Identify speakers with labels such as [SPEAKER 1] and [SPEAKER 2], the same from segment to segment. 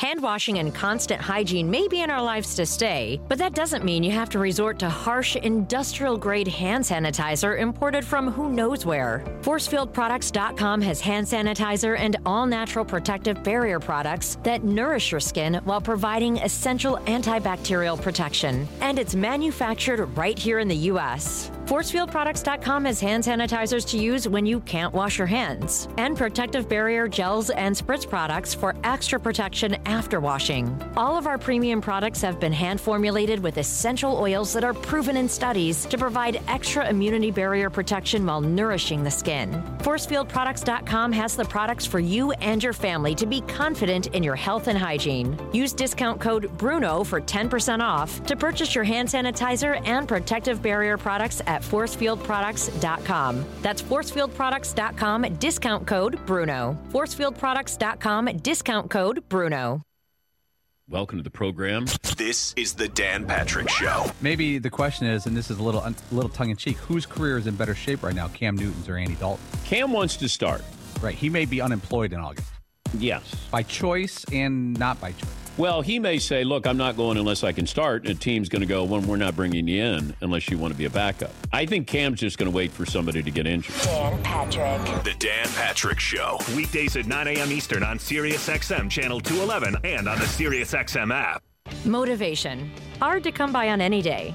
[SPEAKER 1] Hand washing and constant hygiene may be in our lives to stay, but that doesn't mean you have to resort to harsh industrial grade hand sanitizer imported from who knows where. ForcefieldProducts.com has hand sanitizer and all natural protective barrier products that nourish your skin while providing essential antibacterial protection. And it's manufactured right here in the U.S. ForcefieldProducts.com has hand sanitizers to use when you can't wash your hands, and protective barrier gels and spritz products for extra protection after washing. All of our premium products have been hand formulated with essential oils that are proven in studies to provide extra immunity barrier protection while nourishing the skin. ForcefieldProducts.com has the products for you and your family to be confident in your health and hygiene. Use discount code BRUNO for 10% off to purchase your hand sanitizer and protective barrier products at forcefieldproducts.com. That's forcefieldproducts.com, discount code BRUNO. Forcefieldproducts.com, discount code BRUNO.
[SPEAKER 2] Welcome to the program.
[SPEAKER 3] This is the Dan Patrick Show.
[SPEAKER 4] Maybe the question is, and this is a little a little tongue in cheek, whose career is in better shape right now, Cam Newton's or Andy Dalton?
[SPEAKER 2] Cam wants to start.
[SPEAKER 4] Right, he may be unemployed in August
[SPEAKER 2] Yes.
[SPEAKER 4] by choice and not by choice.
[SPEAKER 2] Well, he may say, look, I'm not going unless I can start. And a team's going to go, well, we're not bringing you in unless you want to be a backup. I think Cam's just going to wait for somebody to get injured.
[SPEAKER 5] Dan Patrick.
[SPEAKER 3] The Dan Patrick Show.
[SPEAKER 6] Weekdays at 9 a.m. Eastern on SiriusXM Channel 211 and on the SiriusXM app.
[SPEAKER 1] Motivation. Hard to come by on any day.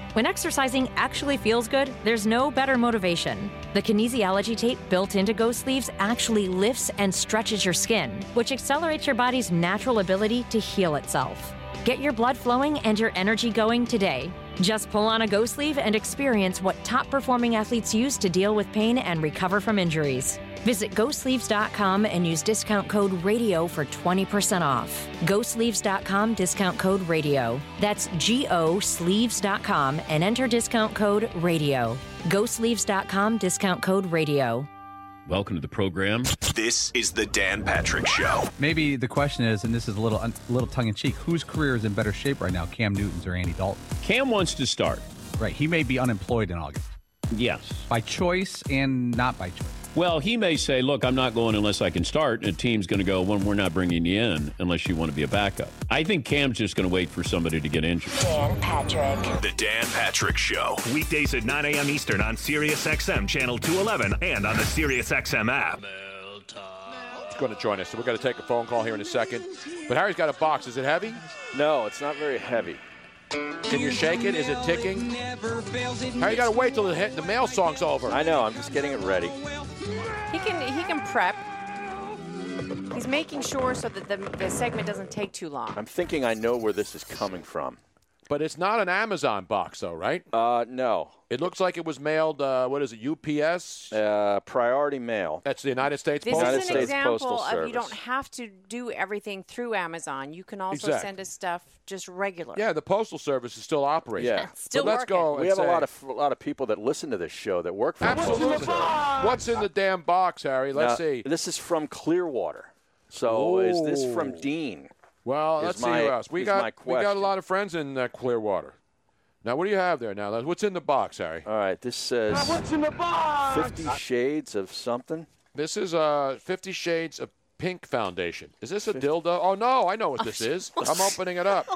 [SPEAKER 1] When exercising actually feels good, there's no better motivation. The kinesiology tape built into Go Sleeves actually lifts and stretches your skin, which accelerates your body's natural ability to heal itself. Get your blood flowing and your energy going today. Just pull on a Go Sleeve and experience what top performing athletes use to deal with pain and recover from injuries. Visit GoSleeves.com and use discount code RADIO for 20% off. GoSleeves.com, discount code RADIO. That's G O Sleeves.com and enter discount code RADIO. GoSleeves.com, discount code RADIO.
[SPEAKER 2] Welcome to the program.
[SPEAKER 3] This is the Dan Patrick Show.
[SPEAKER 4] Maybe the question is, and this is a little a little tongue in cheek, whose career is in better shape right now, Cam Newton's or Andy Dalton?
[SPEAKER 2] Cam wants to start.
[SPEAKER 4] Right, he may be unemployed in August
[SPEAKER 2] Yes.
[SPEAKER 4] by choice and not by choice.
[SPEAKER 2] Well, he may say, look, I'm not going unless I can start. And a team's going to go, well, we're not bringing you in unless you want to be a backup. I think Cam's just going to wait for somebody to get injured.
[SPEAKER 5] Dan Patrick.
[SPEAKER 3] The Dan Patrick Show.
[SPEAKER 6] Weekdays at 9 a.m. Eastern on SiriusXM Channel 211 and on the SiriusXM app.
[SPEAKER 7] going to join us. So we're going to take a phone call here in a second. But Harry's got a box. Is it heavy? No, it's not very heavy. Can you shake it? Is it ticking? Harry, you got to wait till the, hit, the mail song's over. I know. I'm just getting it ready.
[SPEAKER 8] He can he can prep. He's making sure so that the, the segment doesn't take too long.
[SPEAKER 9] I'm thinking I know where this is coming from.
[SPEAKER 7] But it's not an Amazon box, though, right?
[SPEAKER 9] Uh, no.
[SPEAKER 7] It looks like it was mailed. Uh, what is it? UPS.
[SPEAKER 9] Uh, priority mail.
[SPEAKER 7] That's the United States
[SPEAKER 8] This
[SPEAKER 7] Postal
[SPEAKER 8] is an
[SPEAKER 9] United
[SPEAKER 7] Service.
[SPEAKER 9] States
[SPEAKER 8] example
[SPEAKER 9] Postal
[SPEAKER 8] of you don't
[SPEAKER 9] Service.
[SPEAKER 8] have to do everything through Amazon. You can also
[SPEAKER 7] Exact.
[SPEAKER 8] send us stuff just regular.
[SPEAKER 7] Yeah, the Postal Service is still operating.
[SPEAKER 9] Yeah.
[SPEAKER 8] Still
[SPEAKER 7] but let's go. and
[SPEAKER 9] We have a
[SPEAKER 7] say-
[SPEAKER 9] lot of a lot of people that listen to this show that work for the Postal
[SPEAKER 7] Absolutely.
[SPEAKER 9] Service.
[SPEAKER 7] What's in the damn box, Harry? Let's
[SPEAKER 9] Now,
[SPEAKER 7] see.
[SPEAKER 9] This is from Clearwater. So is this from Dean?
[SPEAKER 7] Well,
[SPEAKER 9] is
[SPEAKER 7] let's
[SPEAKER 9] my-
[SPEAKER 7] see who else. We
[SPEAKER 9] is
[SPEAKER 7] got
[SPEAKER 9] my
[SPEAKER 7] we got a
[SPEAKER 9] question.
[SPEAKER 7] lot of friends in uh, Clearwater. Now, what do you have there? Now, what's in the box, Harry?
[SPEAKER 9] All right. This says Fifty Shades of something.
[SPEAKER 7] This is uh, Fifty Shades of Pink Foundation. Is this a dildo? Oh no, I know what this is. I'm opening it up.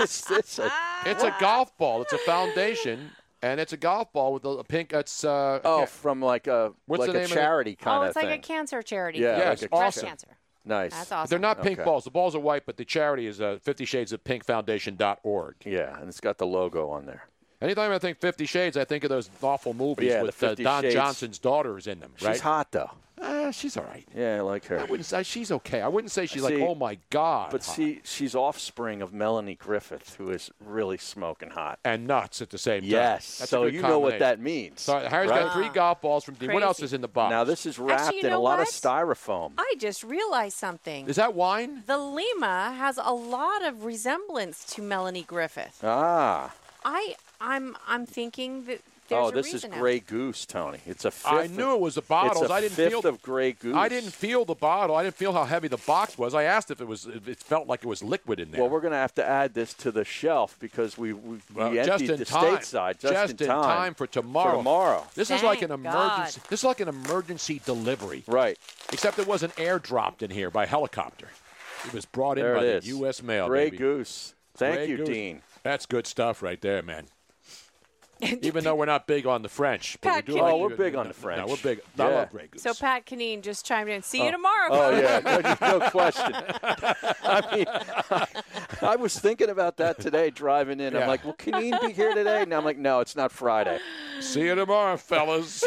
[SPEAKER 9] Is this a,
[SPEAKER 7] It's a golf ball. It's a foundation, and it's a golf ball with a, a pink. It's uh,
[SPEAKER 9] oh, from like a
[SPEAKER 7] What's
[SPEAKER 9] like
[SPEAKER 7] the name
[SPEAKER 9] a
[SPEAKER 7] of the-
[SPEAKER 9] charity
[SPEAKER 8] Oh,
[SPEAKER 9] kind
[SPEAKER 8] it's
[SPEAKER 9] of
[SPEAKER 8] like
[SPEAKER 9] thing.
[SPEAKER 8] a cancer charity.
[SPEAKER 9] Yeah,
[SPEAKER 8] thing.
[SPEAKER 7] Yes,
[SPEAKER 9] like a
[SPEAKER 8] Breast
[SPEAKER 7] awesome.
[SPEAKER 8] cancer.
[SPEAKER 9] nice.
[SPEAKER 8] That's
[SPEAKER 7] But they're
[SPEAKER 8] awesome.
[SPEAKER 7] not pink
[SPEAKER 9] Okay.
[SPEAKER 7] balls. The balls are white, but the charity is uh, Fifty Shades of Pink Foundation.org.
[SPEAKER 9] Yeah, and it's got the logo on there.
[SPEAKER 7] Anytime I think Fifty Shades, I think of those awful movies
[SPEAKER 9] Yeah, the
[SPEAKER 7] with uh,
[SPEAKER 9] 50
[SPEAKER 7] Don
[SPEAKER 9] Shades.
[SPEAKER 7] Johnson's daughter is in them, right?
[SPEAKER 9] She's hot though.
[SPEAKER 7] Ah, she's all right.
[SPEAKER 9] Yeah, I like her.
[SPEAKER 7] I wouldn't say she's okay. I wouldn't say she's like,
[SPEAKER 9] See,
[SPEAKER 7] oh my god.
[SPEAKER 9] But
[SPEAKER 7] hot
[SPEAKER 9] see, she's offspring of Melanie Griffith, who is really smoking hot.
[SPEAKER 7] and nuts at the same time.
[SPEAKER 9] Yes.
[SPEAKER 7] That's a
[SPEAKER 9] so
[SPEAKER 7] good
[SPEAKER 9] you know what
[SPEAKER 7] combination.
[SPEAKER 9] that means.
[SPEAKER 7] So Harry's
[SPEAKER 9] right?
[SPEAKER 7] got three golf balls from D. What
[SPEAKER 8] Crazy.
[SPEAKER 7] else is in the box?
[SPEAKER 9] Now this is wrapped
[SPEAKER 8] Actually, you
[SPEAKER 9] in a
[SPEAKER 8] know
[SPEAKER 9] lot
[SPEAKER 8] what? Uh,
[SPEAKER 9] of styrofoam.
[SPEAKER 8] I just realized something.
[SPEAKER 7] is that wine?
[SPEAKER 8] the Lima has a lot of
[SPEAKER 9] Uh.
[SPEAKER 8] resemblance to Melanie Griffith.
[SPEAKER 9] Ah.
[SPEAKER 8] I I'm I'm thinking that There's
[SPEAKER 9] oh,
[SPEAKER 8] a
[SPEAKER 9] this is
[SPEAKER 8] reason out
[SPEAKER 9] Grey Goose, Tony. It's a fifth.
[SPEAKER 7] I knew it was the bottles.
[SPEAKER 9] It's a
[SPEAKER 7] I didn't
[SPEAKER 9] fifth
[SPEAKER 7] feel-
[SPEAKER 9] of Grey Goose.
[SPEAKER 7] I didn't feel the bottle. I didn't feel how heavy the box was. I asked if it was. If it felt like it was liquid in there.
[SPEAKER 9] Well, we're going to have to add this to the shelf because we we,
[SPEAKER 7] Well,
[SPEAKER 9] we
[SPEAKER 7] just
[SPEAKER 9] emptied
[SPEAKER 7] in
[SPEAKER 9] the
[SPEAKER 7] time.
[SPEAKER 9] stateside just,
[SPEAKER 7] Just
[SPEAKER 9] in time
[SPEAKER 7] for tomorrow.
[SPEAKER 9] tomorrow.
[SPEAKER 7] This is like an
[SPEAKER 8] Thank
[SPEAKER 7] emergency.
[SPEAKER 8] God.
[SPEAKER 7] This is like an emergency delivery.
[SPEAKER 9] Right.
[SPEAKER 7] Except it wasn't airdropped in here by helicopter. It was brought
[SPEAKER 9] There
[SPEAKER 7] in by
[SPEAKER 9] it
[SPEAKER 7] the
[SPEAKER 9] is.
[SPEAKER 7] U.S. mail.
[SPEAKER 9] Grey
[SPEAKER 7] baby.
[SPEAKER 9] Goose. Thank
[SPEAKER 7] Grey
[SPEAKER 9] you,
[SPEAKER 7] Goose.
[SPEAKER 9] Dean.
[SPEAKER 7] That's good stuff right there, man. Even though we're not big on the French, but
[SPEAKER 8] Pat,
[SPEAKER 7] we do
[SPEAKER 8] can
[SPEAKER 7] like
[SPEAKER 9] you- Oh, we're
[SPEAKER 7] good-
[SPEAKER 9] big on
[SPEAKER 7] no,
[SPEAKER 9] the French.
[SPEAKER 7] No, we're big. I
[SPEAKER 9] Yeah.
[SPEAKER 7] love Grey Goose.
[SPEAKER 8] So Pat Canine just chimed in. See you tomorrow.
[SPEAKER 9] Oh
[SPEAKER 8] folks."
[SPEAKER 9] yeah, no, no question. I mean, I was thinking about that today driving in.
[SPEAKER 7] Yeah.
[SPEAKER 9] I'm like, well, can Ian be here today? And I'm like, no, it's not Friday.
[SPEAKER 7] See you tomorrow, fellas.